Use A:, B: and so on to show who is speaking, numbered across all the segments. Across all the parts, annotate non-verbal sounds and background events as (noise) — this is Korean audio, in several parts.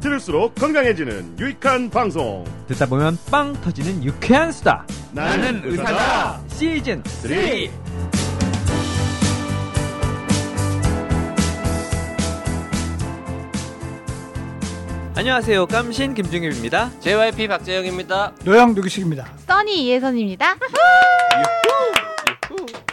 A: 들을수록 건강해지는 유익한 방송
B: 듣다 보면 빵 터지는 유쾌한 수다.
A: 나는 의사다
B: 시즌
A: 3
B: 안녕하세요. 깜신 김중엽입니다.
C: JYP 박재영입니다.
D: 노양 누기식입니다.
E: 써니 이혜선입니다.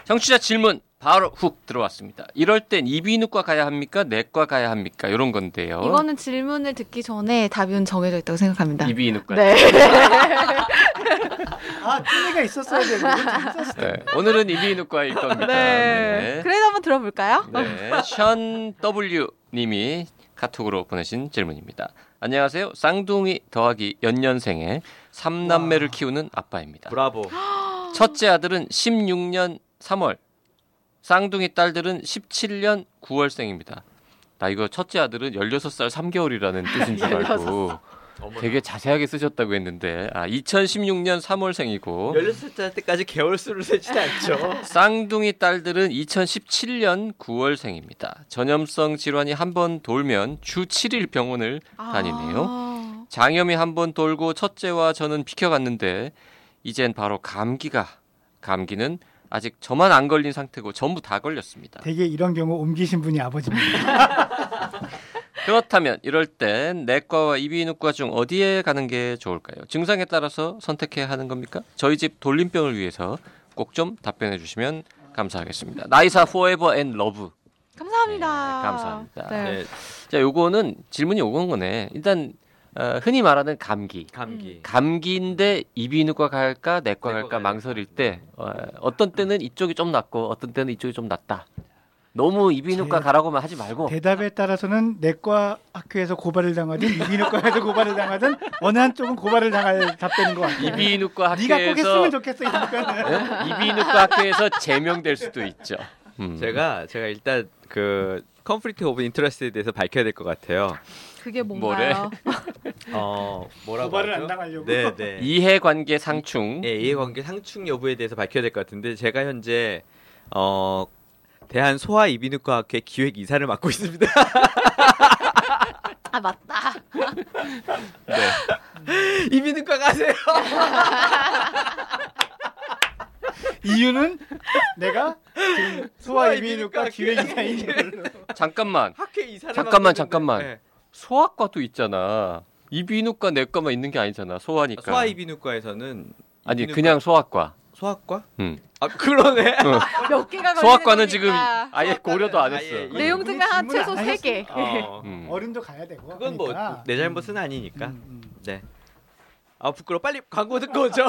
C: 청취자 질문 바로 훅 들어왔습니다. 이럴 땐 이비인후과 가야 합니까? 내과 가야 합니까? 이런 건데요.
E: 이거는 질문을 듣기 전에 답은 정해져 있다고 생각합니다.
C: 이비인후과.
E: 네.
D: 아, 띠가 있었어야 되는데.
C: 네. 오늘은 이비인후과일 겁니다.
E: 네. (laughs) 그래도 한번 들어볼까요?
C: 네. 션 W 님이 카톡으로 보내신 질문입니다. 안녕하세요. 쌍둥이 더하기 연년생의 3남매를 키우는 아빠입니다.
B: 브라보.
C: 첫째 아들은 16년 3월, 쌍둥이 딸들은 17년 9월생입니다. 나 이거 첫째 아들은 16살 3개월이라는 뜻인 줄 알고 되게 자세하게 쓰셨다고 했는데 아 2016년 3월생이고
B: 16살 때까지 개월수를 세지 (laughs) 않죠.
C: 쌍둥이 딸들은 2017년 9월생입니다. 전염성 질환이 한 번 돌면 주 7일 병원을 다니네요.
E: 아,
C: 장염이 한 번 돌고 첫째와 저는 비켜갔는데 이젠 바로 감기가 감기는 아직 저만 안 걸린 상태고 전부 다 걸렸습니다.
D: 되게 이런 경우 옮기신 분이 아버지입니다.
C: 그렇다면 이럴 땐 내과와 이비인후과 중 어디에 가는 게 좋을까요? 증상에 따라서 선택해야 하는 겁니까? 저희 집 돌림병을 위해서 꼭 좀 답변해 주시면 감사하겠습니다. 나이사 포에버 앤 러브.
E: 감사합니다.
C: 네, 감사합니다.
E: 네.
B: 네.
C: 자, 요거는 질문이 오건 거네. 일단 어, 흔히 말하는 감기.
B: 감기.
C: 감기인데 이비인후과 갈까 내과
B: 내과 네.
C: 갈까
B: 가야
C: 망설일 때 어, 떤 때는 이쪽이 좀 낫고 어떤 때는 이쪽이 좀 낫다. 너무 이비인후과
D: 제-
C: 가라고만 하지
B: 어.
C: 말고
D: 대답에 따라서는 내과 학교에서 고발을 당하든 이비인후과에서 고발을 당하든 어느 한쪽은 고발을 당할 답변인 것 같아요.
C: 이비인후과
D: (laughs) 네가 꼭
C: 학교에서
D: 했으면 좋겠어. 이러니까.
C: 예? 이비인후과 학교에서 제명될 수도 있죠. 음.
B: 제가 제가 일단 그 컨플릭트 오브 인터레스트에 대해서 밝혀야 될 것 같아요.
E: 그게 뭔가요?
B: 어, 뭐라고
D: 고발을
B: 하죠?
D: 안 당하려고.
B: 네, 네.
C: 이해관계 상충.
B: 예, 이해관계 상충 여부에 대해서 밝혀야 될 것 같은데 제가 현재 어 대한 소아 이비인후과 학회 기획 이사를 맡고 (laughs) 있습니다.
C: (laughs)
E: 아 맞다.
B: 이비인후과 가세요. (laughs)
D: 이유는 내가 지금 소아 이비인후과 기획이사인 걸로.
C: 잠깐만
B: 학회 이사를
C: 잠깐만,
B: 맡고 있는데-
C: 잠깐만.
B: 예,
C: 소아과도 있잖아. 이비인후과 내과만 있는 게 아니잖아. 소아니까.
B: 소아 이비인후과에서는
C: 그러니까. 아니
B: 이비인후과-
C: 그냥 음. 소아과.
B: 소아과?
C: 응.
B: 아 그러네.
C: 응.
E: 몇 개가 걸리는
C: 소아과는 지금
E: 겁니까?
C: 아예 고려도 안
B: 아예
C: 했어.
B: 이거-
E: 내용 증가 한
D: 질문 안
E: 최소 세 개.
B: 어.
C: 음.
D: 어른도 가야 되고.
B: 그건 뭐
D: 하니까.
B: 내 잘못은 아니니까.
D: 음, 음.
B: 네. 아 부끄러. 워 빨리 광고 듣고 오죠.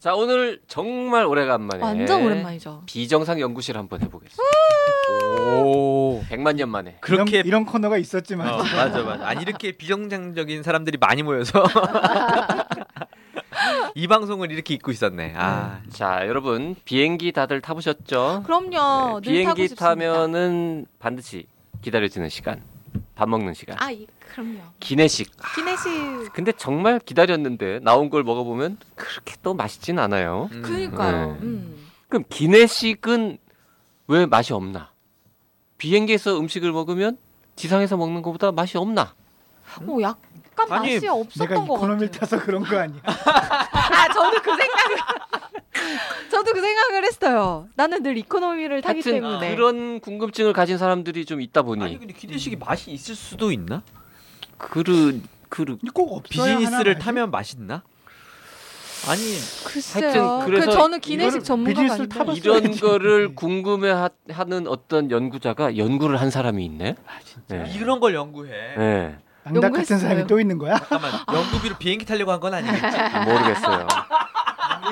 C: 자 오늘 정말 오래간만에
E: 완전 오랜만이죠.
C: 비정상 연구실 한번 해보겠습니다. 오, 100만 년 만에.
B: 그렇게
D: 이런, 이런 코너가 있었지만
B: 어, 맞아 맞아. 아니 이렇게 비정상적인 사람들이 많이 모여서 (laughs) 이 방송을 이렇게 잊고 있었네. 아
C: 자, 여러분 비행기 다들 타보셨죠?
E: 그럼요.
C: 네,
E: 어, 늘 타고
C: 비행기
E: 싶습니다.
C: 타면은 반드시 기다려지는 시간, 밥 먹는 시간,
E: 아 이- 그럼요.
C: 기내식.
E: 기내식.
C: 근데 정말 기다렸는데 나온 걸 먹어보면 그렇게 또 맛있진 않아요.
B: 음.
E: 그러니까요.
C: 네.
E: 음.
C: 그럼 기내식은 왜 맛이 없나? 비행기에서 음식을 먹으면 지상에서 먹는 것보다 맛이 없나?
E: 어 약간
B: 아니,
E: 맛이
D: 내가
E: 없었던 것
D: 이코노미를
E: 같아요.
D: 타서 그런 거 아니야?
E: 아 저도 그 생각을 저도 그 생각을 했어요. 나는 늘 이코노미를 타기
C: 하여튼
E: 때문에.
C: 그런 궁금증을 가진 사람들이 좀 있다 보니
B: 아니 근데 기내식이 맛이 있을 수도 있나?
C: 그르 그르
D: 꼭 없어야 하나
B: 비즈니스를
D: 봐야지.
B: 타면 맛있나? 아니
E: 글쎄요.
C: 하여튼
E: 그
C: 그래서
E: 저는 기내식
D: 이거를
E: 전문가가
D: 비즈니스를
E: 아닌데.
D: 타봤-
C: 이런
D: 있어야지.
C: 거를 궁금해 하, 는 어떤 연구자가 연구를 한 사람이 있네. 네.
B: 이런 걸 연구해.
C: 네.
D: 양닭 같은
E: 연구했어요.
D: 사람이 또 있는 거야?
B: (laughs) 잠깐만 연구비로 비행기 타려고 한 건 아니겠지?
C: 모르겠어요.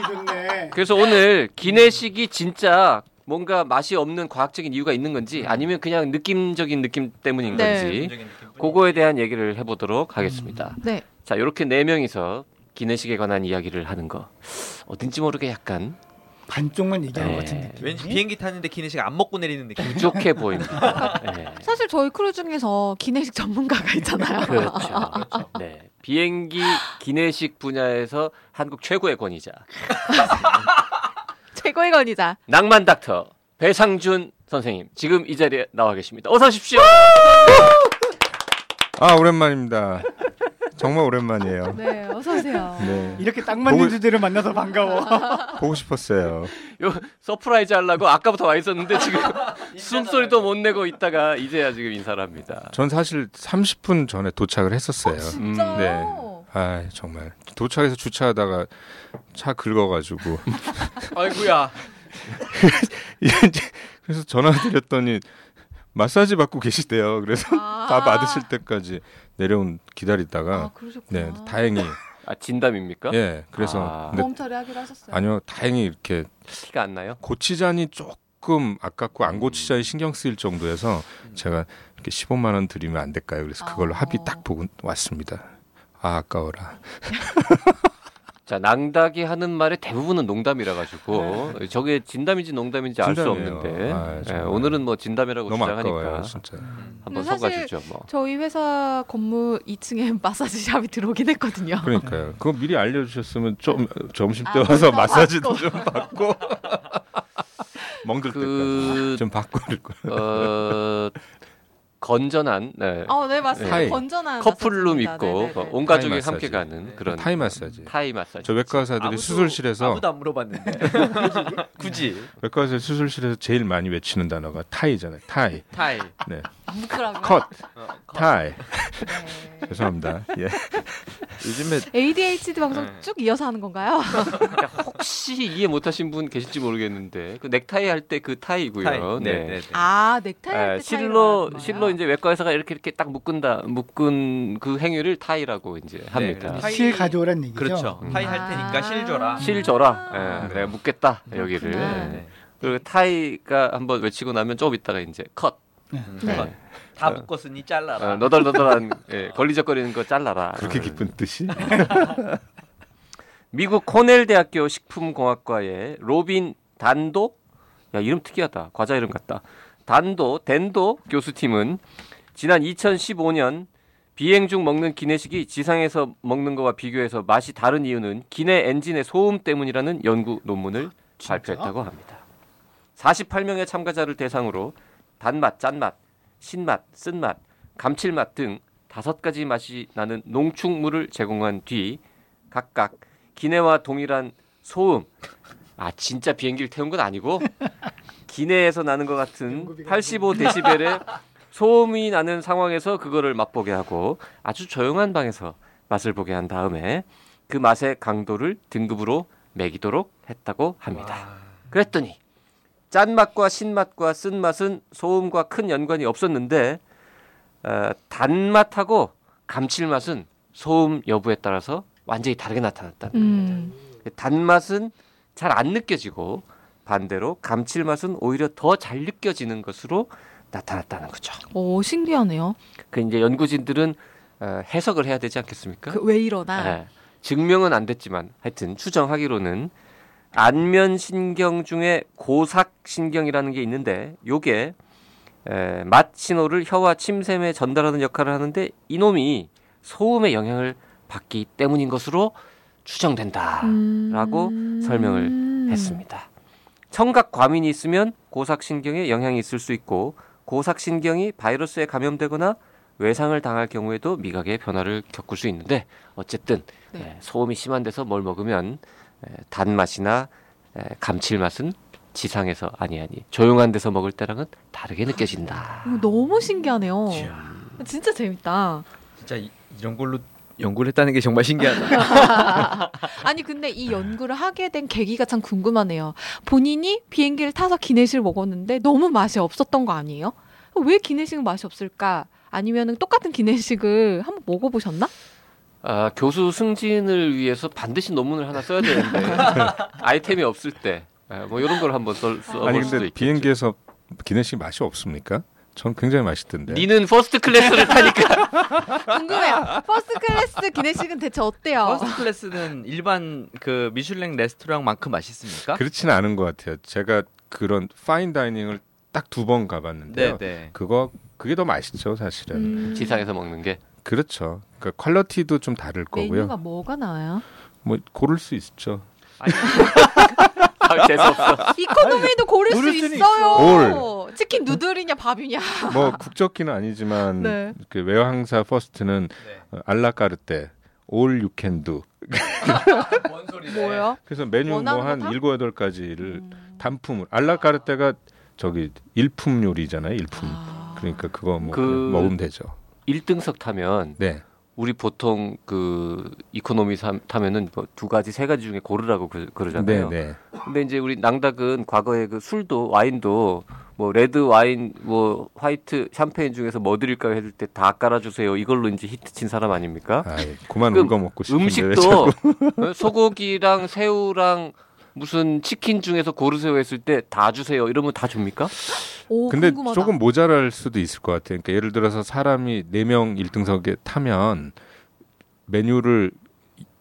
D: 좋네.
C: 그래서 오늘 기내식이 진짜 뭔가 맛이 없는 과학적인 이유가 있는 건지 아니면 그냥 느낌적인 느낌 때문인
E: 네.
C: 건지 그거에 대한 얘기를 해보도록 하겠습니다.
E: 네.
C: 자, 이렇게 네 명이서 기내식에 관한 이야기를 하는 거 어딘지 모르게 약간
D: 반쪽만 얘기하는
C: 네.
D: 것 같은 느낌.
B: 왠지 비행기 탔는데 기내식 안 먹고 내리는 느낌.
C: 부족해
E: (laughs)
C: 보입니다. 네.
E: 사실 저희 크루 중에서 기내식 전문가가 있잖아요. (laughs)
C: 그렇죠. 네. 비행기 기내식 분야에서 한국 최고의 권위자.
E: 최고의 건이자.
C: 낭만 닥터 배상준 선생님 지금 이 자리에 나와 계십니다. 어서
E: (laughs)
C: 오십시오.
F: 아 오랜만입니다. 정말 오랜만이에요.
E: (laughs) 네, 어서 오세요.
F: 네
D: 이렇게 딱 맞는
B: 뭐-
F: 목을-
D: 주제를 만나서
B: 아,
D: 반가워.
F: 보고 싶었어요.
C: 요 서프라이즈 하려고 아까부터 와 있었는데
E: (laughs)
C: 지금 (laughs) 숨소리도 못 내고 있다가 이제야 지금 인사를 합니다.
F: 전 사실 30분 전에 도착을 했었어요.
E: 진짜요?
F: 네. 아 정말 도착해서 주차하다가 차
E: (laughs)
F: 긁어가지고
C: 아이구야.
F: 이제 그래서 전화 드렸더니 마사지 받고 계시대요. 그래서
E: 아.
F: 다 받으실 때까지 내려온 기다리다가
E: 아, 그러셨구나.
F: 네 다행히
C: 아 진담입니까?
F: 예 그래서
C: 아.
F: 근데
E: 보험 처리하기로 하셨어요.
F: 아니요 다행히 이렇게
C: 티가 안 나요?
F: 고치자니 조금 아깝고 안 고치자니 신경 쓰일 정도여서 제가 이렇게 15만 원 드리면 안 될까요? 그래서 그걸로
E: 아.
F: 합의 딱 보고 왔습니다. 아 아까워라.
C: 자 낭닥이 하는 말의 대부분은 농담이라 가지고
E: 네.
C: 저게 진담인지 농담인지 알 수
F: 진담이에요.
C: 없는데
F: 아,
C: 예,
F: 정말.
C: 오늘은 뭐 진담이라고
F: 너무
C: 주장하니까
F: 아까워요 진짜.
C: 한번
E: 근데 사실
C: 섞어주죠 뭐.
E: 저희 회사 건물 2층에 (laughs) 마사지샵이 들어오긴 했거든요.
F: 그러니까요. 그거 미리 알려주셨으면 좀 점심 때
E: 아,
F: 와서
E: 먼저
F: 마사지도 좀 받고 멍들
C: 그-
F: 때까지 좀 받고 그럴 거예요.
C: 어, 건전한 네.
E: 아, 네 맞습니다.
F: 타이.
E: 건전한
C: 커플룸
E: 마사지입니다.
C: 있고 어,
E: 네네네.
C: 온 가족이
F: 타이
C: 함께
F: 마사지.
C: 가는 그런
F: 타이 마사지.
C: 타이 마사지.
F: 저 외과 의사들이
B: 아무도-
F: 수술실에서
B: 아무도 안 물어봤는데 (laughs) 굳이
F: 외과 의사 수술실에서 제일 많이 외치는 단어가 타이잖아요. 타이.
B: 타이
F: 네.
E: 뭉클하고요.
F: 컷. 타이.
E: 네.
F: 죄송합니다. 예.
B: 요즘에
E: ADHD 방송 쭉 이어서 하는 건가요?
C: 혹시 이해 못하신 분 계실지 모르겠는데 그 넥타이 할 때 그 타이고요.
B: 타이
C: 네.
B: 네네네
E: 아 넥타이
C: 아,
E: 할 때
C: 실로 실로 이제 외과 의사가 이렇게 이렇게 딱 묶은다 묶은 그 행위를 타이라고 이제 합니다.
B: 그래서 타이-
D: 실 가져오란 얘기죠.
B: 그렇죠 타이 할 테니까 실 줘라 네.
C: 실 줘라. 예,
B: 아.
C: 내가 묶겠다 여기를.
E: 그렇구나.
C: 예. 그리고 타이가 한번 외치고 나면 조금 있다가 이제 컷.
E: 네.
B: 컷. 다 묶었으니 잘라라
C: 어, 너덜너덜한 예, 걸리적거리는 거 잘라라.
F: 그렇게 기쁜 뜻이?
C: 미국 코넬 대학교 식품공학과의 로빈 단도 야 이름 특이하다 과자 이름 같다 단도 덴도 교수팀은 지난 2015년 비행 중 먹는 기내식이 지상에서 먹는 거와 비교해서 맛이 다른 이유는 기내 엔진의 소음 때문이라는 연구 논문을 발표했다고 합니다. 48명의 참가자를 대상으로 단맛, 짠맛, 신맛, 쓴맛, 감칠맛 등 다섯 가지 맛이 나는 농축물을 제공한 뒤 각각 기내와 동일한 소음 아 진짜 비행기를 태운 건 아니고 기내에서 나는 것 같은 85데시벨의 소음이 나는 상황에서 그거를 맛보게 하고 아주 조용한 방에서 맛을 보게 한 다음에 그 맛의 강도를 등급으로 매기도록 했다고 합니다. 그랬더니 짠맛과 신맛과 쓴맛은 소음과 큰 연관이 없었는데 어, 단맛하고 감칠맛은 소음 여부에 따라서 완전히 다르게 나타났다.
E: 음.
C: 단맛은 잘 안 느껴지고 반대로 감칠맛은 오히려 더 잘 느껴지는 것으로 나타났다는 거죠.
E: 오 신기하네요.
C: 그 이제 연구진들은 어, 해석을 해야 되지 않겠습니까?
E: 그 왜 이러나?
C: 예. 증명은 안 됐지만 하여튼 추정하기로는 안면 신경 중에 고삭 신경이라는 게 있는데 요게 에, 맛 신호를 혀와 침샘에 전달하는 역할을 하는데 이놈이 소음의 영향을 받기 때문인 것으로 추정된다. 라고 설명을 했습니다. 청각 과민이 있으면 고삭신경에 영향이 있을 수 있고 고삭신경이 바이러스에 감염되거나 외상을 당할 경우에도 미각의 변화를 겪을 수 있는데 어쨌든
E: 네.
C: 예, 소음이 심한 데서 뭘 먹으면 예, 단맛이나 예, 감칠맛은 지상에서 아니 아니 조용한 데서 먹을 때랑은 다르게 느껴진다.
E: 오, 너무 신기하네요. 진짜 재밌다.
B: 진짜 이, 런 걸로 연구를 했다는 게 정말 신기하다
E: 아니 근데 이 연구를 하게 된 계기가 참 궁금하네요. 본인이 비행기를 타서 기내식을 먹었는데 너무 맛이 없었던 거 아니에요? 왜 기내식은 맛이 없을까? 아니면 똑같은 기내식을 한번 먹어보셨나?
C: 아, 교수 승진을 위해서 반드시 논문을 하나 써야 (laughs) 되는데 아이템이 없을 때 뭐 이런 걸 한번 써, 써볼
F: 아니
C: 수도
F: 근데
C: 있겠죠.
F: 비행기에서 기내식 맛이 없습니까? 전 굉장히 맛있던데.
C: 니는 퍼스트 클래스를 (laughs) 타니까
E: 궁금해요. 퍼스트 클래스 기내식은 대체 어때요?
B: (laughs) 퍼스트 클래스는 일반 그 미슐랭 레스토랑만큼 맛있습니까?
F: 그렇지는 않은 것 같아요. 제가 그런 파인 다이닝을 딱 두 번 가봤는데요.
B: 네네.
F: 그거 그게 더 맛있죠 사실은.
E: 음,
C: 지상에서 먹는 게
F: 그렇죠. 그러니까 퀄리티도 좀 다를 거고요.
E: 메뉴가 뭐가 나와요?
F: 뭐 고를 수 있죠.
C: 아, 재수 (laughs) 없어.
E: 이코노미도 고를 수
D: 고를 수는
E: 있어요. 치킨 누들이냐 밥이냐.
F: 뭐
E: (laughs)
F: 국적기는 아니지만
E: 네.
F: 그 외항사 퍼스트는 어,
C: 네.
F: 알라카르테 올 유캔두.
B: 뭔 소리네.
E: 뭐요?
F: 그래서 메뉴
E: 원하는
F: 뭐 한
E: 거 다?
F: 일곱 여덟 가지를
E: 음.
F: 단품을 알라카르테가 저기 일품 요리잖아요. 일품.
E: 아.
F: 그러니까 그거 뭐
C: 그-
F: 그냥 먹으면 되죠.
C: 1등석 타면
F: 네.
C: 우리 보통 그 이코노미 삼- 타면은 뭐 두 가지 세 가지 중에 고르라고 그,
F: 네,
C: 그러잖아요.
F: 네.
C: 근데 이제 우리 낭닭은 과거에 그 술도 와인도 뭐 레드 와인 뭐 화이트 샴페인 중에서 뭐 드릴까 요 해줄 때 다 깔아주세요. 이걸로 이제 히트 친 사람 아닙니까?
F: 아, 예. 그만
C: 그
F: 울거 먹고 싶은데 (laughs) 왜
C: 음식도 어, 소고기랑 새우랑 무슨 치킨 중에서 고르세요 했을 때 다 주세요. 이러면 다 줍니까?
E: 오,
F: 근데
E: 궁금하다.
F: 조금 모자랄 수도 있을 것 같아요. 그러니까 예를 들어서 사람이 4명 1등석에 타면 메뉴를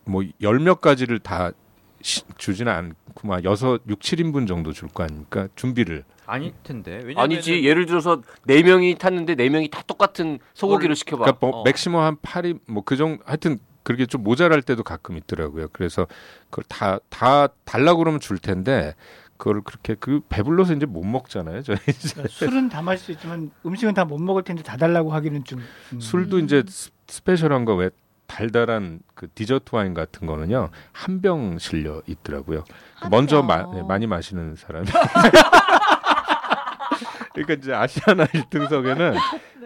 F: 뭐 10몇 가지를 다 시- 주지는 않고 막 여섯 6, 7인분 정도 줄 거 아닙니까? 준비를.
B: 아닐 텐데. 왜냐면은
C: 아니지. 예를 들어서 네 명이 탔는데 네 명이 다 똑같은 소고기를 시켜봐.
F: 그러니까 뭐
B: 어.
F: 맥시멈 한 8인 뭐그 정도 하여튼 그렇게 좀 모자랄 때도 가끔 있더라고요. 그래서 그걸 다 다 달라고 그러면 줄 텐데 그걸 그렇게 그 배불러서 이제 못 먹잖아요. 저희 (laughs) 이제.
D: 그러니까 술은 다 마실 수 있지만 음식은 다 못 먹을 텐데 다 달라고 하기는 좀 음.
F: 술도 이제 스- 스페셜한 거 왜 달달한 그 디저트 와인 같은 거는요 한 병 실려 있더라고요.
E: 한
F: 먼저
E: 병.
F: 마- 네, 많이 마시는 사람이. 그러니까 이제 아시아나 (laughs) 1등석에는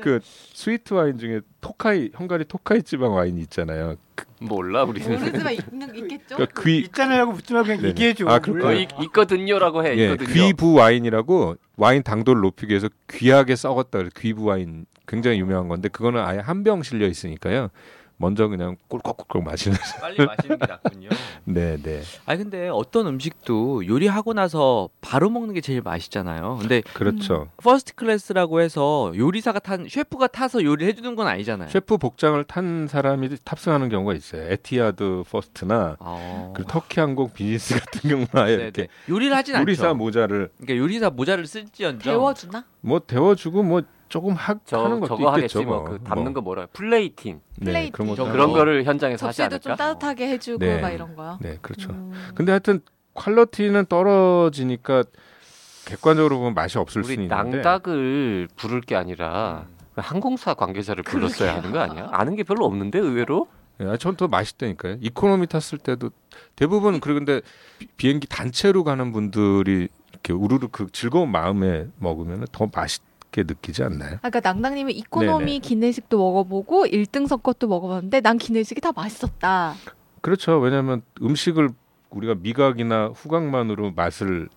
F: 그 스위트 와인 중에 토카이 헝가리 토카이 지방 와인이 있잖아요.
C: 몰라 우리는.
E: 모르지만 뭐 있는 있겠죠.
F: 그러니까 귀
D: 있잖아요라고 묻지 말고 그냥
F: 네네.
D: 얘기해 줘.
F: 아, 그렇구나.
C: 어, 이, 있거든요라고 해.
F: 예,
C: 있거든요.
F: 귀부 와인이라고 와인 당도를 높이기 위해서 귀하게 썩었다 그래. 귀부 와인 굉장히 유명한 건데 그거는 아예 한 병 실려 있으니까요. 먼저 그냥 꿀꺽꿀꺽 (laughs) 마시는.
B: 빨리 마시는 게 낫군요.
F: 네, 네.
B: (laughs) 아니 근데 어떤 음식도 요리하고 나서 바로 먹는 게 제일 맛있잖아요. 근데
F: 그렇죠.
B: 퍼스트 클래스라고 해서 요리사가 탄 셰프가 타서 요리해 주는 건 아니잖아요.
F: 셰프 복장을 탄 사람이 탑승하는 경우가 있어요. 에티아드 퍼스트나
B: 어.
F: 그리고 터키 항공 비즈니스 같은 경우는 아예
B: 네네.
F: 이렇게
B: 요리를 하진
F: 요리사
B: 않죠.
F: 모자를
B: 그러니까 요리사 모자를 쓸지언정
E: 데워주나?
F: 뭐 데워주고 뭐 조금 하,
C: 저
F: 하는 것도
C: 저거
F: 있겠죠.
C: 하겠지 뭐 그 담는 거 뭐라 플레이팅
F: 네, 그런
E: 플레이팅.
F: 거
C: 저
E: 어.
C: 그런 거를 현장에서 하지
E: 접시도 좀
C: 않을까?
E: 따뜻하게 해주고
F: 네.
E: 막 이런 거요.
F: 네, 그렇죠.
E: 음.
F: 근데 하여튼 퀄러티는 떨어지니까 객관적으로 보면 맛이 없을 수
C: 우리
F: 있는데
C: 낭닭을 부를 게 아니라
E: 음.
C: 그 항공사 관계자를 불렀어야 하는 거 아니야? 아는 게 별로 없는데 의외로
E: 음.
F: 예, 전더 맛있다니까요. 이코노미 탔을 때도 대부분 그리고 근데 비- 비행기 단체로 가는 분들이 이렇게 우르르 그 즐거운 마음에 먹으면 더 맛있게 느끼지 않나요?
E: 아까 낭낭님은 이코노미
F: 네네.
E: 기내식도 먹어보고 1등석 것도 먹어봤는데 난 기내식이 다 맛있었다.
F: 그렇죠. 왜냐하면 음식을 우리가 미각이나 후각만으로 맛을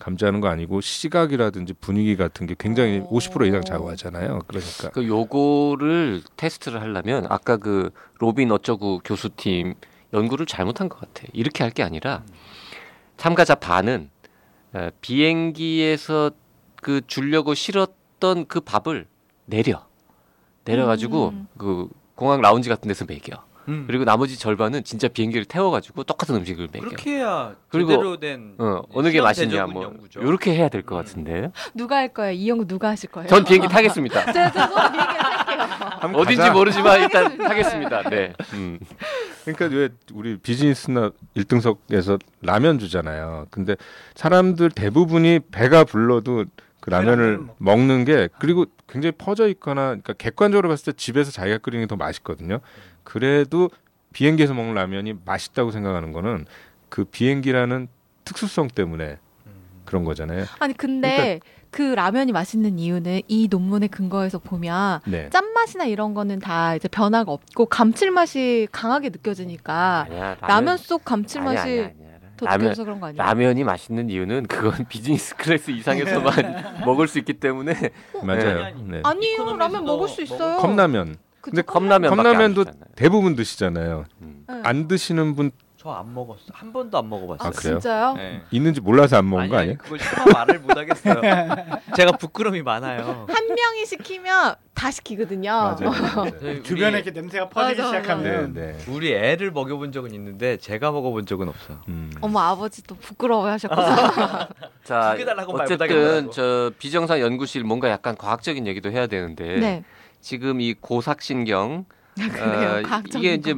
F: 감지하는 거 아니고 시각이라든지 분위기 같은 게 굉장히
E: 오.
F: 50% 이상 좌우하잖아요. 그러니까
C: 그 요거를 테스트를 하려면 아까 그 로빈 어쩌구 교수팀 연구를 잘못한 것 같아. 이렇게 할 게 아니라
E: 음.
C: 참가자 반은 어, 비행기에서 그 주려고 실었던 그 밥을 내려 내려가지고
E: 음.
C: 그 공항 라운지 같은 데서 먹여.
B: 음.
C: 그리고 나머지 절반은 진짜 비행기를 태워가지고 똑같은 음식을 먹여.
B: 그렇게 해야
C: 그리고-
B: 제대로 된
C: 어, 어느 게
B: 실험
C: 맛있냐
B: 대접은
C: 뭐
B: 연구죠.
C: 이렇게 해야 될 것 같은데.
E: 누가 할 거예요? 이 연구 누가 하실 거예요?
C: 전 비행기 타겠습니다.
E: (laughs) 제가 저도 비행기 할게요.
C: 어딘지 모르지만 일단 타겠습니다. 네. 음.
F: 그러니까 왜 우리 비즈니스나 1등석에서 라면 주잖아요. 근데 사람들 대부분이 배가 불러도 그 라면을
D: 라면을
F: 먹는 게 그리고 굉장히 퍼져 있거나 그러니까 객관적으로 봤을 때 집에서 자기가 끓이는 게 더 맛있거든요. 그래도 비행기에서 먹는 라면이 맛있다고 생각하는 거는 그 비행기라는 특수성 때문에 그런 거잖아요.
E: 아니 근데 그 라면이 맛있는 이유는 이 논문의 근거에서 보면
F: 네.
E: 짠맛이나 이런 거는 다 이제 변화가 없고 감칠맛이 강하게 느껴지니까
C: 아니야,
E: 라면
C: 아니야,
E: 속
C: 아니야,
E: 감칠맛이
C: 아니야.
E: 더
C: 라면
E: 느껴져서 그런 거 아니에요?
C: 라면이 맛있는 이유는 그건 (laughs) 비즈니스 클래스 이상에서만 먹을 수 있기 때문에
F: 맞아요. 네.
E: 아니요 라면 먹을 수 있어요.
F: 컵라면
E: 그쵸?
F: 근데
C: 컵라면밖에 안
F: 컵라면도
C: 먹잖아요.
F: 대부분 드시잖아요.
C: 음.
E: 네.
F: 안 드시는 분
B: 저 안 먹었어. 한 번도 안 먹어봤어요.
F: 아, 그래요?
E: 진짜요?
B: 네.
F: 있는지 몰라서 안 먹은
B: 아니,
F: 거
B: 아니,
F: 아니에요?
B: 그걸 차마 말을 못 하겠어요. 제가 부끄러움이 많아요.
E: 한 명이 시키면 다 시키거든요. 어,
C: 그러니까. (laughs)
B: 저희 우리-
D: 주변에 이렇게 냄새가 퍼지기
E: 맞아,
F: 네,
D: 시작하면
F: 네.
B: 우리 애를 먹여본 적은 있는데 제가 먹어본 적은 없어요.
F: 음.
E: 어머 아버지 또 부끄러워하셨구나.
C: 자,
B: 죽여달라고 말
C: 어쨌든
B: 못하겠더라고.
C: 저 비정상 연구실 뭔가 약간 과학적인 얘기도 해야 되는데
E: (laughs) 네.
C: 지금 이 고삭신경
E: 그래요.
C: 어,
E: 과학적인
C: 이게 이제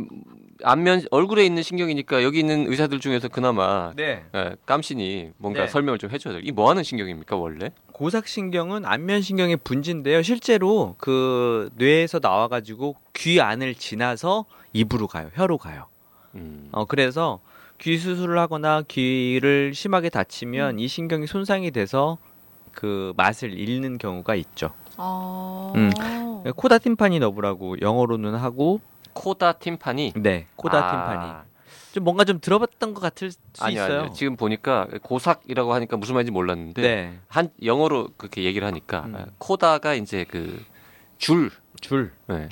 C: 안면 얼굴에 있는 신경이니까 여기 있는 의사들 중에서 그나마
B: 네.
C: 예, 깜신이 뭔가
B: 네.
C: 설명을 좀 해줘야 돼요. 이뭐 하는 신경입니까 원래?
B: 고삭신경은 안면신경의 분지인데요. 실제로 그 뇌에서 나와가지고 귀 안을 지나서 입으로 가요. 혀로 가요.
C: 음.
B: 어, 그래서 귀 수술을 하거나 귀를 심하게
C: 음.
B: 다치면 이 신경이 손상이 돼서 그 맛을 잃는 경우가 있죠.
E: 어...
B: 음. 코다 팀파니 너브라고 영어로는 하고
C: 코다 팀파니.
B: 네 코다
C: 아,
B: 팀파니 좀 뭔가 좀 들어봤던 것 같을 수
C: 아니요,
B: 있어요.
C: 아니요. 지금 보니까 고삭이라고 하니까 무슨 말인지 몰랐는데
B: 네.
C: 한 영어로 그렇게 얘기를 하니까
B: 음.
C: 아, 코다가 이제 그 줄,
B: 줄.
C: 네,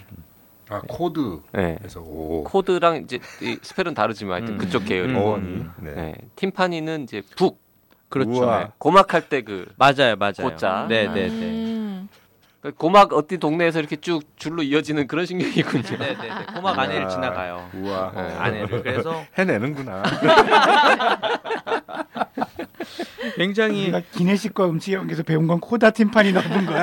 F: 아 코드.
C: 네.
F: 그래서 오.
C: 코드랑 이제 이 스펠은 다르지만 하여튼
B: 음.
C: 그쪽 계열이고
F: 어원이. 네.
C: 네. 팀파니는 이제 북
B: 그렇죠.
F: 우와.
B: 네.
C: 고막할 때 그
B: 맞아요, 맞아요.
C: 고자.
B: 네, 네,
C: 음.
B: 네.
E: 음.
C: 그러니까 고막 어디 동네에서 이렇게 쭉 줄로 이어지는 그런 신경이군요.
B: 네, 네, 네. 고막 안에를
F: 아.
B: 지나가요.
F: 우와.
C: 네.
B: 어, 안에를.
C: (laughs)
B: 그래서
F: 해내는구나.
B: 굉장히
D: 우리가 기내식과 음식 연기에서 배운 건 코다 팀판이 넣은 거야.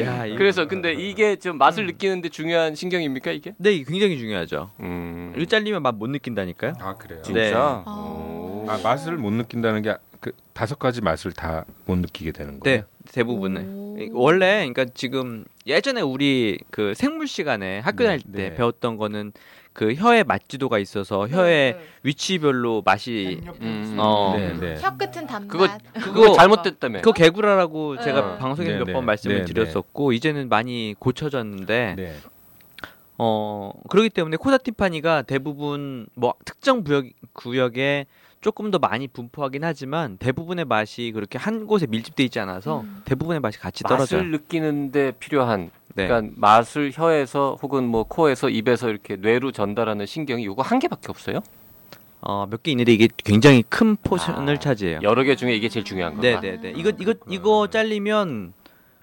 B: 야, 이거-
C: (laughs) 그래서 근데 이게 좀 맛을 느끼는데 중요한 신경입니까 이게?
B: 네, 이게 굉장히 중요하죠.
C: 음.
B: 일 잘리면 맛 못 느낀다니까요.
F: 아 그래요.
B: 진짜?
C: 네. 오.
F: 아 맛을 못 느낀다는 게 그 다섯 가지 맛을 다 못 느끼게 되는 거예요.
B: 네, 대부분은 원래 그러니까 지금 예전에 우리 그 생물 시간에
F: 네,
B: 학교 다닐 때
F: 네.
B: 배웠던 거는 그 혀의 맛지도가 있어서
E: 네,
B: 혀의 위치별로 맛이
C: 음.
B: 어
F: 네, 네.
E: 혀 끝은 단맛.
C: 그거 그거
B: 그거-
C: 잘못됐다며.
B: 그거 개구라라고
E: 네.
B: 제가
C: 어.
B: 방송에
F: 네,
B: 서
F: 네.
B: 몇 번 말씀을
F: 네, 네.
B: 드렸었고 이제는 많이 고쳐졌는데
F: 네.
B: 어 그렇기 때문에 코다티파니가 대부분 뭐 특정 구역 구역에 조금 더 많이 분포하긴 하지만 대부분의 맛이 그렇게 한 곳에 밀집돼 있지 않아서
E: 음.
B: 대부분의 맛이 같이 떨어져요.
C: 맛을 느끼는데 필요한
B: 네.
C: 그러니까 맛을 혀에서 혹은 뭐 코에서 입에서 이렇게 뇌로 전달하는 신경이 요거 한 개밖에 없어요?
B: 어, 몇 개 있는데 이게 굉장히 큰 포션을
C: 아,
B: 차지해요.
C: 여러 아. 개 중에 이게 제일 중요한 거다.
B: 네. 네네네. 이거 이거 이거 잘리면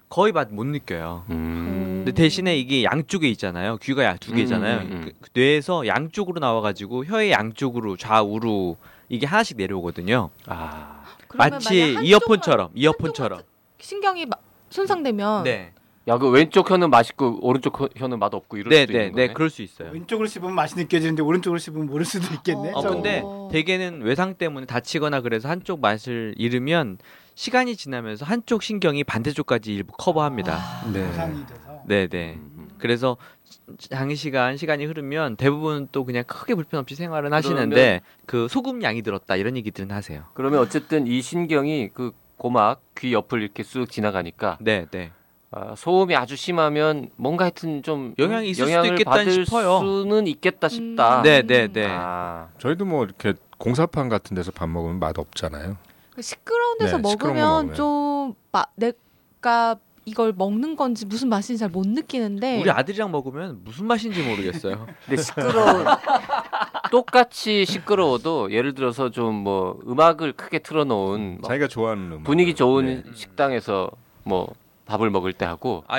B: 거의 맛 못 느껴요.
C: 음.
B: 근데 대신에 이게 양쪽에 있잖아요. 귀가 야- 두 개잖아요.
C: 음, 음, 음.
B: 그- 그 뇌에서 양쪽으로 나와가지고 혀의 양쪽으로 좌우로 이게 하나씩 내려오거든요.
C: 아.
E: 그러면
B: 마치
E: 만약 한쪽만
B: 이어폰처럼 이어폰처럼.
E: 신경이 마- 손상되면 음.
B: 네,
C: 야, 그 왼쪽 혀는 맛있고 오른쪽 혀- 혀는 맛없고 이럴
B: 네,
C: 수도
B: 네,
C: 있는 거네.
B: 네, 그럴 수 있어요.
D: 왼쪽으로 씹으면 맛이 느껴지는데 오른쪽으로 씹으면 모를 수도 있겠네.
B: 어,
E: 그래서-
B: 근데
E: 어.
B: 대개는 외상 때문에 다치거나 그래서 한쪽 맛을 잃으면 시간이 지나면서 한쪽 신경이 반대쪽까지 일부 커버합니다.
D: 부상이
E: 그렇죠.
D: 돼서.
B: 네, 네.
C: 음.
B: 그래서 장시간 시간이 흐르면 대부분 또 그냥 크게 불편 없이 생활은 하시는데 그 소금 양이 들었다 이런 얘기들은 하세요.
C: 그러면 어쨌든 이 신경이 그 고막 귀 옆을 이렇게 쑥 지나가니까
B: 네, 네.
C: 아, 소음이 아주 심하면 뭔가 하여튼 좀
B: 영향이 있을 수도
C: 영향을
B: 있겠다
C: 받을
B: 싶어요.
C: 수는 있겠다 싶다.
E: 아.
B: 네, 네, 네.
C: 아,
F: 저희도 뭐 이렇게 공사판 같은 데서 밥 먹으면 맛 없잖아요.
E: 그 시끄러운 데서
F: 네, 시끄러운 거
E: 먹으면
F: 먹으면.
E: 좀 마, 내가 이걸 먹는 건지 무슨 맛인지 잘 못 느끼는데
B: 우리 아들이랑 먹으면 무슨 맛인지 모르겠어요.
C: 근데 시끄러운 똑같이 시끄러워도 예를 들어서 좀 뭐 음악을 크게 틀어놓은 뭐
F: 자기가 좋아하는 음악.
C: 분위기 좋은
F: 네.
C: 식당에서 뭐 밥을 먹을 때 하고
B: (laughs) 아,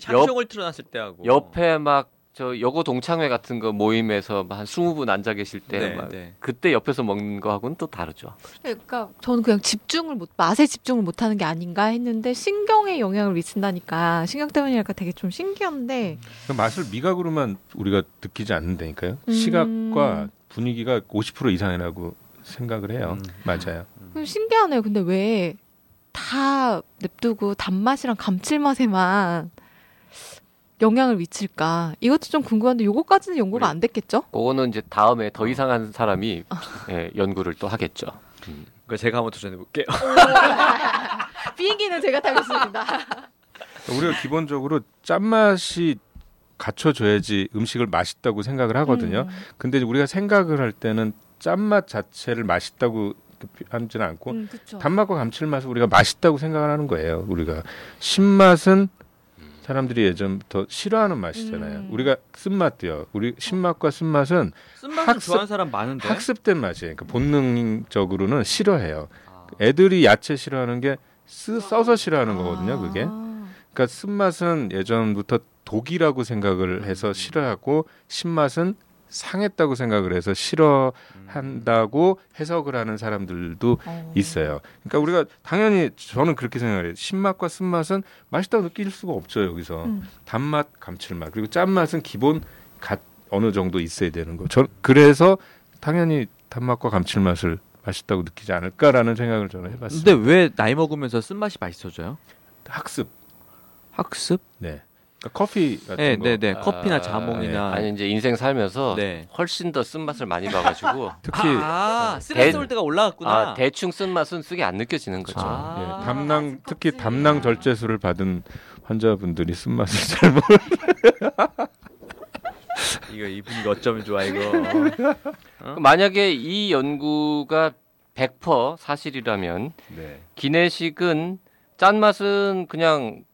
B: 샹송을 틀어놨을 때 하고
C: 옆에 막 저 여고 동창회 같은 거 모임에서 막한 20분 앉아 계실 때
B: 네,
C: 막
B: 네.
C: 그때 옆에서 먹는 거하고는 또 다르죠.
E: 그러니까 저는 그냥 집중을 못 맛에 집중을 못 하는 게 아닌가 했는데 신경에 영향을 미친다니까 신경 때문이랄까 되게 좀 신기한데
F: 그 맛을 미각으로만 우리가 느끼지 않는다니까요.
E: 음.
F: 시각과 분위기가 50% 이상이라고 생각을 해요.
B: 음.
F: 맞아요.
E: 좀 신기하네요. 근데 왜 다 냅두고 단맛이랑 감칠맛에만 영향을 미칠까? 이것도 좀 궁금한데 요거까지는 연구가
C: 우리-
E: 안 됐겠죠?
C: 그거는 이제 다음에 더 이상한 사람이 예, 연구를 또 하겠죠.
B: 그 제가 한번 도전해 볼게요.
E: 아, 비행기는 제가 타겠습니다.
F: 우리가 기본적으로 짠맛이 갖춰줘야지 음식을 맛있다고 생각을 (laughs)
E: 음.
F: 하거든요. 근데 우리가 생각을 할 때는 짠맛 자체를 맛있다고 하지는 않고
E: 음, 그쵸.
F: 단맛과 감칠맛을 우리가 맛있다고 생각을 하는 거예요. 우리가 신맛은 사람들이 예전부터 싫어하는 맛이잖아요.
E: 음.
F: 우리가 쓴맛도요. 우리 신맛과 쓴맛은
B: (laughs) 쓴맛
F: 학습-
B: 좋아하는 사람 많은데.
F: 학습된 맛이에요. 그러니까 본능적으로는 싫어해요.
B: 아.
F: 애들이 야채 싫어하는 게 쓰, 써서 싫어하는 거거든요.
E: 아.
F: 그게. 그러니까 쓴맛은 예전부터 독이라고 생각을 해서 싫어하고 신맛은 상했다고 생각을 해서 싫어한다고 해석을 하는 사람들도
E: 어.
F: 있어요. 그러니까 우리가 당연히 저는 그렇게 생각해요. 을 신맛과 쓴맛은 맛있다고 느낄 수가 없죠 여기서
E: 음.
F: 단맛, 감칠맛 그리고 짠맛은 기본 갓 어느 정도 있어야 되는 거. 저 그래서 당연히 단맛과 감칠맛을 맛있다고 느끼지 않을까라는 생각을 저는 해봤습니다.
B: 근데 왜 나이 먹으면서 쓴맛이 맛있어져요?
F: 학습,
B: 학습?
F: 네, 그러니까 커피 같은
B: 네,
F: 거.
B: 네, 네.
C: 아,
B: 커피나 자몽이나
C: 아니 이제 인생 살면서
B: 네.
C: 훨씬 더 쓴맛을 많이 봐가지고
F: 특히
B: 아,
C: 대-
B: 쓰레기올 때가 올라갔구나.
C: 아, 대충 쓴맛은 쑥이 안 느껴지는 거죠.
B: 아.
F: 예, 담낭
E: 아직
F: 특히
E: 껍질이야.
F: 담낭 절제술을 받은 환자분들이 쓴맛을 (laughs) 잘 모르.
B: 이거 이 분위기 어쩜 좋아 이거. (laughs)
C: 그럼 만약에 이 연구가 100% 사실이라면
F: 네.
C: 기내식은 짠맛은 그냥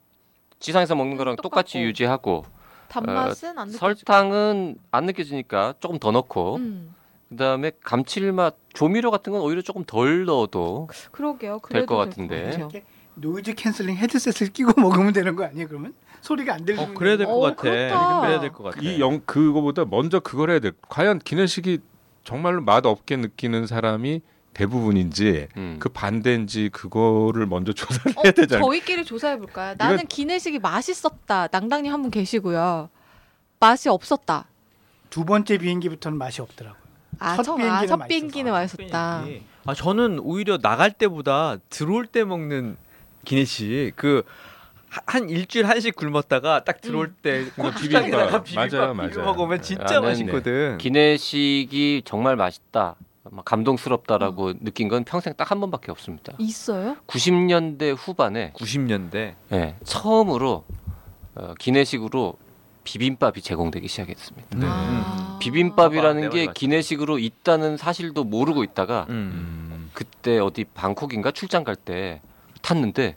C: 지상에서 먹는 거랑 똑같이
E: 똑같고.
C: 유지하고 어,
E: 단맛은 안 느껴지고.
C: 설탕은 안 느껴지니까 조금 더 넣고
E: 음,
C: 그다음에 감칠맛 조미료 같은 건 오히려 조금 덜 넣어도
E: 그러게요.
C: 될
E: 그래도
C: 것
E: 될것
C: 같은데.
E: 같아요.
C: (laughs)
D: 이렇게 노이즈 캔슬링 헤드셋을 끼고 먹으면 되는 거 아니에요? 그러면 소리가 안 들리는
B: 어, 그래야 될 것
E: 어,
B: 같아.
E: 그렇다.
B: 그래야 될 것 같아.
F: 이 영 그거보다 먼저 그걸 해야 돼. 과연 기내식이 정말로 맛 없게 느끼는 사람이 대부분인지
C: 음.
F: 그 반대인지 그거를 먼저 (laughs) 조사를
E: 어,
F: 해야 되잖아요.
E: 저희끼리 조사해 볼까요? 나는 기내식이 맛있었다. 낭당님 한 분 계시고요. 맛이 없었다.
D: 두 번째 비행기부터는 맛이 없더라고요.
E: 아,
D: 첫
E: 첫, 아,
D: 비행기는
E: 첫 비행기는 맛있었다.
B: 아 저는 오히려 나갈 때보다 들어올 때 먹는 기내식 그 한 일주일 한식 굶었다가 딱 들어올 때
F: 그거
B: 고추장에다가
F: 음. 비빔밥.
B: 비빔밥
F: 맞아요, 네.
B: 비벼
F: 맞아요.
B: 먹으면 진짜
C: 나는
B: 맛있거든.
C: 기내식이 정말 맛있다. 막 감동스럽다라고
E: 음.
C: 느낀 건 평생 딱 한 번밖에 없습니다.
E: 있어요?
C: 90년대 후반에
B: 90년대
C: 예, 처음으로 어, 기내식으로 비빔밥이 제공되기 시작했습니다.
B: 음.
F: 네.
E: 아.
B: 아, 내
C: 비빔밥이라는
B: 머리
C: 게
B: 맞죠.
C: 기내식으로 있다는 사실도 모르고 있다가
B: 음.
F: 음.
C: 그때 어디 방콕인가 출장 갈 때 탔는데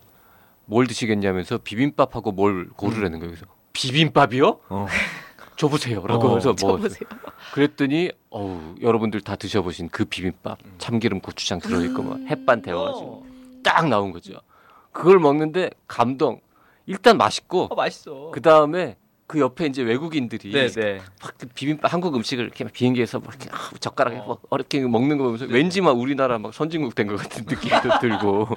C: 뭘 드시겠냐면서 비빔밥하고 뭘 고르라는 거예요. 그래서 비빔밥이요?
B: 음. 어.
C: (laughs) 줘보세요라고
B: 어.
C: 해서 뭐
E: 쳐보세요.
C: 그랬더니 어우 여러분들 다 드셔보신 그 비빔밥
B: 음.
C: 참기름 고추장 들어있고 막 햇반 데워가지고 딱 나온 거죠. 그걸 먹는데 감동. 일단 맛있고
B: 어, 맛있어.
C: 그 다음에 그 옆에 이제 외국인들이
B: 네네.
C: 막그 비빔밥 한국 음식을 이렇게 막 비행기에서 막 이렇게 아, 젓가락에
B: 어.
C: 막 어렵게 먹는 거 보면서
B: 네.
C: 왠지 막 우리나라 막 선진국 된 것 같은
B: (laughs)
C: 느낌도 들고 기타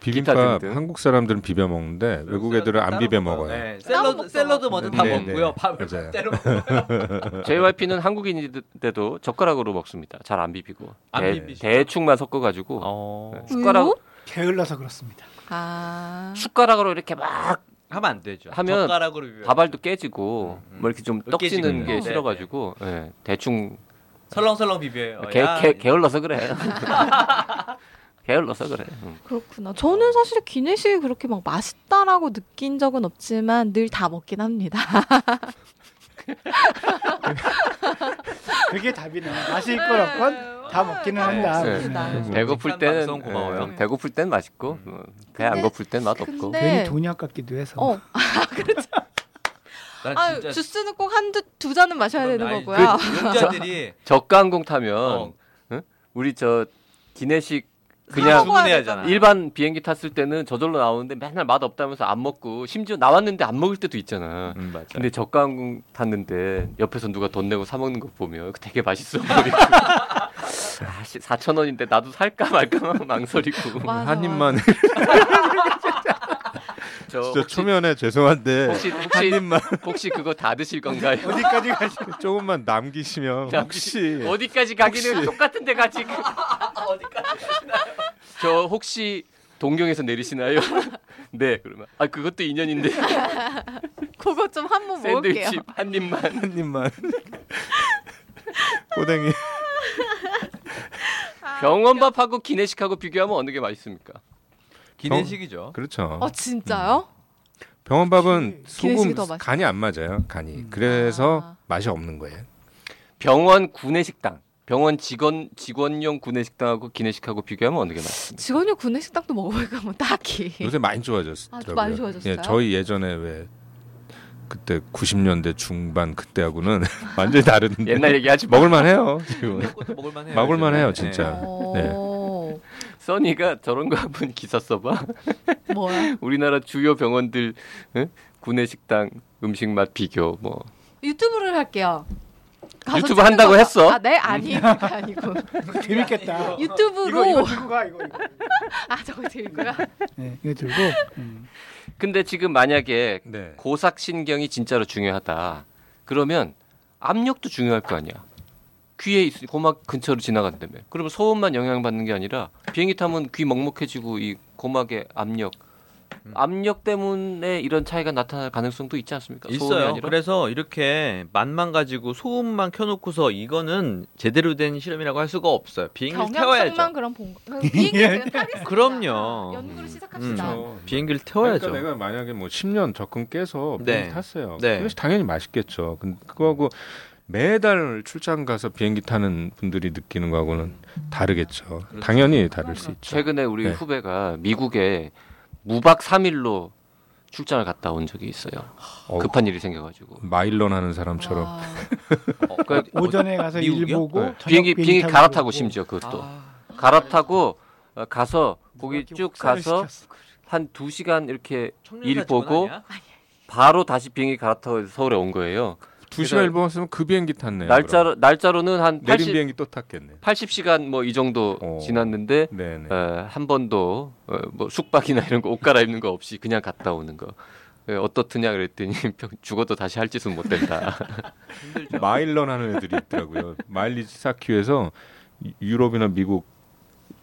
F: 비빔밥
C: 등등. 그렇죠.
F: 한국 사람들은 비벼 먹는데 외국 애들은 안 비벼 먹어요.
B: 네,
E: 따로
B: 샐러드
E: 먹죠.
B: 샐러드 먼저 다
F: 네,
B: 먹고요.
F: 네.
B: 밥을
F: 맞아요.
B: 때로
F: (laughs)
B: 네.
C: JYP는 한국인인데도 젓가락으로 먹습니다. 잘 안 비비고
B: 안
C: 대,
B: 비비시죠?
C: 대충만 섞어가지고
B: 어.
C: 뭐, 숟가락
D: 게을러서 그렇습니다.
E: 음? 아.
C: 숟가락으로 이렇게 막
B: 하면 안 되죠.
C: 하면
B: 젓가락으로 비벼.
C: 밥알도 깨지고
B: 그 음.
C: 뭐 이렇게 좀
B: 깨지는
C: 떡지는
B: 거.
C: 게 싫어가지고 예, 대충
B: 설렁설렁 비벼요.
C: 게,
B: 어, 야,
C: 게,
B: (laughs)
C: 게을러서 그래. 게을러서 그래. 음.
E: 그렇구나. 저는 사실 기내식이 그렇게 막 맛있다라고 느낀 적은 없지만 늘 다 먹긴 합니다.
D: 그게 답이네. 맛이 있건 없건
E: 네.
D: 다 먹기는
E: 어,
B: 아,
D: 한다.
C: 네. 배고플
B: 식단
C: 때는
B: 방송 고마워요. 네. 음.
C: 예, 배고플 땐 맛있고 뭐, 배 안
E: 근데-
C: 고플 땐 맛 없고.
E: 근데-
D: 괜히 돈이 아깝기도 해서.
E: 네. 어,
B: 난
E: 아,
B: 진짜
E: 주스는 꼭 한두 두 잔은 마셔야 되는
B: 아니,
E: 거고요.
B: 그 노동자들이
C: 저가항공 타면
B: 어.
C: 응? 우리 저 기내식
E: 사
C: 그냥
E: 먹어야
B: 주문해야
E: 되잖아.
B: 하잖아.
C: 일반 비행기 탔을 때는 저절로 나오는데 맨날 맛 없다면서 안 먹고 심지어 나왔는데 안 먹을 때도 있잖아.
B: 음, 맞아.
C: 근데 저가항공 탔는데 옆에서 누가 돈 내고 사 먹는 거 보면 되게 (laughs) 맛있어 보이고 아씨 4천 원인데 나도 살까 말까 망설이고
E: 맞아,
F: 한 입만
C: 저
F: 진짜
C: 혹시,
F: 초면에 죄송한데
C: 혹시 혹시 혹시 그거 다 드실 건가요? (laughs)
D: 어디까지 가시?
F: 조금만 남기시면 어, 혹시
C: 어디까지 가기는
F: (laughs)
C: 똑같은데 가지. 저 혹시 동경에서 내리시나요? (laughs) 네, 그러면 아
F: (laughs)
C: 그것도 인연인데
E: (laughs) 그거 좀 한 번 먹을게요.
C: 샌드위치 한 입만.
F: 한
E: (laughs)
F: 입만 고댕이 아,
C: 병원밥하고 기내식하고 비교하면 어느 게 맛있습니까?
B: 기내식이죠.
F: 그렇죠.
E: 어 진짜요?
B: 음.
F: 병원 밥은
E: 기내식이
F: 소금
E: 더 맛있-
F: 간이 안 맞아요. 음. 간이 그래서
E: 아.
F: 맛이 없는 거예요.
C: 병원 구내식당, 병원 직원 직원용 구내식당하고 기내식하고 비교하면 어느 게 맛있습니까?
E: 직원용 구내식당도 먹어볼까 뭐 딱히.
F: 요새 많이 좋아졌더라고요.
E: 아, 많이 좋아졌어요?
F: 예, 저희 예전에 왜 그때 90년대 중반 그때하고는 (laughs) 완전히 다른데 (laughs)
C: 옛날 얘기하지 뭐. 마.
F: 음. 먹을만 해요. 지금.
B: 것도 먹을만 해요. 네.
F: 먹을만 해요,
B: 요즘에.
F: 진짜.
E: 어,
C: 써니가 저런 거 한번 기사 써봐. (laughs)
E: 뭐야?
C: 우리나라 주요 병원들 응? 구내 식당 음식 맛 비교 뭐
E: 유튜브를 할게요. 가서
C: 유튜브
E: 찍는
C: 한다고
E: 거-
C: 했어?
E: 아, 네 아니 그게 아니고
D: 재밌겠다.
E: 유튜브로
D: 이거 이거 들고 가 이거. 이거.
E: 아 저거 들고요.
D: 네, 이거 들고. 음.
C: 근데 지금 만약에
F: 네.
C: 고삭 신경이 진짜로 중요하다. 그러면 압력도 중요할 거 아니야. 귀에 있, 고막 근처로 지나간다며. 그러면 소음만 영향받는 게 아니라 비행기 타면 귀 먹먹해지고 이 고막의 압력 압력 때문에 이런 차이가 나타날 가능성도 있지 않습니까? 그러니까 소음이
B: 그러니까 있어요.
C: 아니라.
B: 그래서 이렇게 맛만 가지고 소음만 켜놓고서 이거는 제대로 된 실험이라고 할 수가 없어요. 비행기를
E: 경향성만
B: 태워야죠.
E: 그럼 본 거. 그럼 비행기를 타겠습니다.
B: 그럼요.
E: 연구를 시작합시다.
B: 음. 비행기를 태워야죠.
F: 그 그러니까 내가 만약에 뭐 10년 적금 깨서
B: 네.
F: 비행기 탔어요.
B: 네.
F: 그것이 당연히 맛있겠죠. 근데 그거하고 매달 출장 가서 비행기 타는 분들이 느끼는 거하고는 다르겠죠. 당연히 다를 수 있죠.
C: 최근에 우리
F: 네.
C: 후배가 미국에 무박 3일로 출장을 갔다 온 적이 있어요.
F: 어우,
C: 급한 일이 생겨가지고.
F: 마일런 하는 사람처럼
E: 와.
C: 어, 그러니까
D: 오전에 가서 일
B: 미국이요?
D: 보고
F: 네.
D: 저녁
C: 비행기 비행기
D: 타고
C: 갈아타고
D: 오고.
C: 심지어 그것도
B: 아,
C: 갈아타고 어, 가서 거기
D: 이렇게
C: 쭉
D: 혹사를
C: 가서
D: 시켰어.
C: 한 두 시간 이렇게
B: 청년사 직원
C: 일 보고
B: 아니야?
C: 바로 다시 비행기 갈아타고 서울에 온 거예요.
F: 두 시간
C: 그래서-
F: 일본 왔으면 그 비행기 탔네요. 그럼.
C: 날짜로 날짜로는 한
F: 내린
C: 80,
F: 비행기 또 탔겠네.
C: 80시간 뭐 이 정도
F: 어.
C: 지났는데
F: 네네.
C: 어, 한 번도 어, 뭐 숙박이나 이런 거 옷 갈아입는 거 없이 그냥 갔다 오는 거. 예, 어떻느냐 그랬더니 (laughs) 죽어도 다시 할 짓은 못 된다.
B: 힘들죠.
F: 마일런 하는 애들이 있더라고요. 마일리지 쌓기 위해서 유- 유럽이나 미국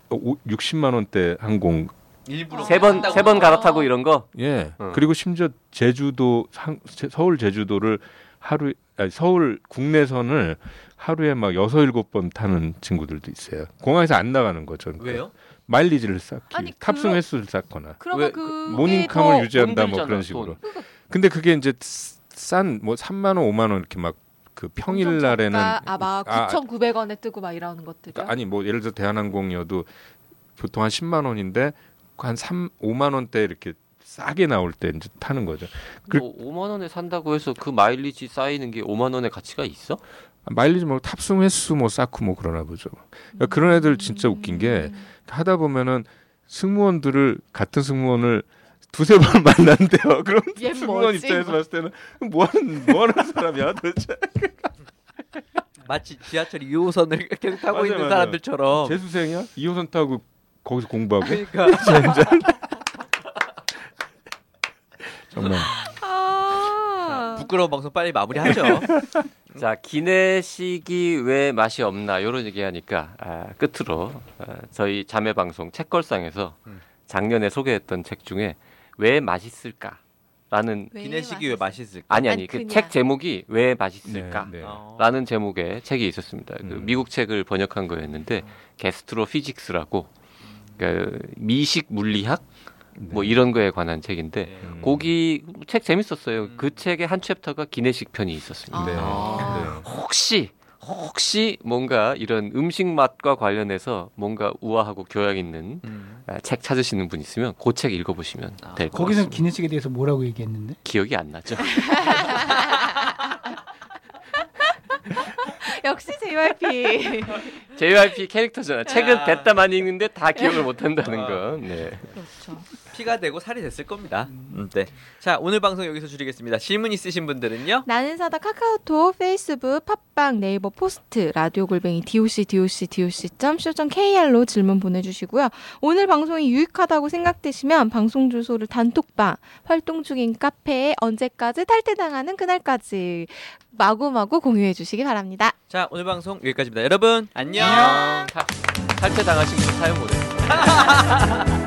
F: 어, 오- 60만 원대 항공
B: 일부러
C: 세 번 세 번 갈아타고 이런 거
F: 예.
C: 어.
F: 그리고 심지어 제주도 상- 제- 서울 제주도를 하루 아니, 서울 국내선을 하루에 막 여섯 일곱 번 타는 친구들도 있어요. 공항에서 안 나가는 거죠. 그러니까
B: 왜요?
F: 마일리지를 쌓기,
E: 아니,
F: 탑승
E: 그러-
F: 횟수를 쌓거나
C: 왜
E: 그러면
C: 그
E: 그
F: 모닝캄을 유지한다 뭐
C: 힘들잖아,
F: 그런 식으로. 근데 그게 이제 싼 뭐 3만 원, 5만 원 이렇게 막 그 평일 날에는
E: 아막
F: 아,
E: 9,900원에 뜨고 막 이러는 것들이요.
F: 아니 뭐 예를 들어 대한항공이어도 보통 한 10만 원인데 한 3, 5만 원대 이렇게 싸게 나올 때 이제 타는 거죠. 그-
C: 뭐 5만 원에 산다고 해서 그 마일리지 쌓이는 게 5만 원의 가치가 있어?
F: 마일리지 말고 탑승 횟수 뭐 쌓고 뭐 그러나 보죠. 그러니까 그런 애들 진짜 웃긴 게
E: 음.
F: 그러니까 하다 보면은 승무원들을 같은 승무원을 두세 번 (laughs) 만난대요. 그럼
E: 얘
F: 승무원
E: 뭐지?
F: 입장에서 봤을 때는 뭐 하는 뭐 하는 사람이야 도대체.
B: 마치 지하철 2호선을 (laughs) 계속 타고
F: 맞아요,
B: 있는
F: 맞아요.
B: 사람들처럼.
F: 재수생이야? 2호선 타고 거기서 공부하고
B: 그러니까
F: 정말
E: 아.
B: 부끄러운 방송 빨리 마무리하죠.
C: 자 기내식이 왜 맛이 없나 이런 얘기하니까 아, 끝으로 아, 저희 자매 방송 책걸상에서
F: 음.
C: 작년에 소개했던 책 중에 왜 맛있을까라는
E: 왜
B: 기내식이 왜 맛있을까?
C: 아니 아, 아니 그
E: 그냥.
C: 책 제목이 왜
F: 네,
C: 맛있을까?
F: 네.
B: 어.
C: 라는 제목의 책이 있었습니다. 그
F: 음.
C: 미국 책을 번역한 거였는데 게스트로 피직스라고 그 미식 물리학
F: 네.
C: 뭐 이런 거에 관한 책인데
B: 네.
F: 음.
C: 고기 책 재밌었어요.
B: 음.
C: 그 책의 한 챕터가 기내식 편이 있었습니다.
E: 아.
F: 네.
E: 아.
C: 혹시 혹시 뭔가 이런 음식 맛과 관련해서 뭔가 우아하고 교양 있는
B: 음.
C: 아, 책 찾으시는 분 있으면 그 책 읽어보시면
B: 아.
C: 될 것
D: 거기서
C: 같습니다.
D: 기내식에 대해서 뭐라고 얘기했는데?
C: 기억이 안 나죠. (laughs)
E: 역시 JYP.
C: JYP 캐릭터잖아. 책은
B: 아.
C: 뱉다 많이 읽는데 다 기억을 못 한다는 거. 네.
E: 그렇죠.
B: 피가 되고 살이 됐을 겁니다. 음, 네. 자 오늘 방송 여기서 줄이겠습니다. 질문 있으신 분들은요.
E: 나는 사다 카카오톡, 페이스북, 팟빵, 네이버 포스트, 라디오 골뱅이 doc doc doc co kr로 질문 보내주시고요. 오늘 방송이 유익하다고 생각되시면 방송 주소를 단톡방, 활동 중인 카페에 언제까지 탈퇴당하는 그날까지 마구마구 공유해 주시기 바랍니다.
B: 자 오늘 방송 여기까지입니다. 여러분 안녕.
C: 탈퇴 당하신 분 사연 보내요.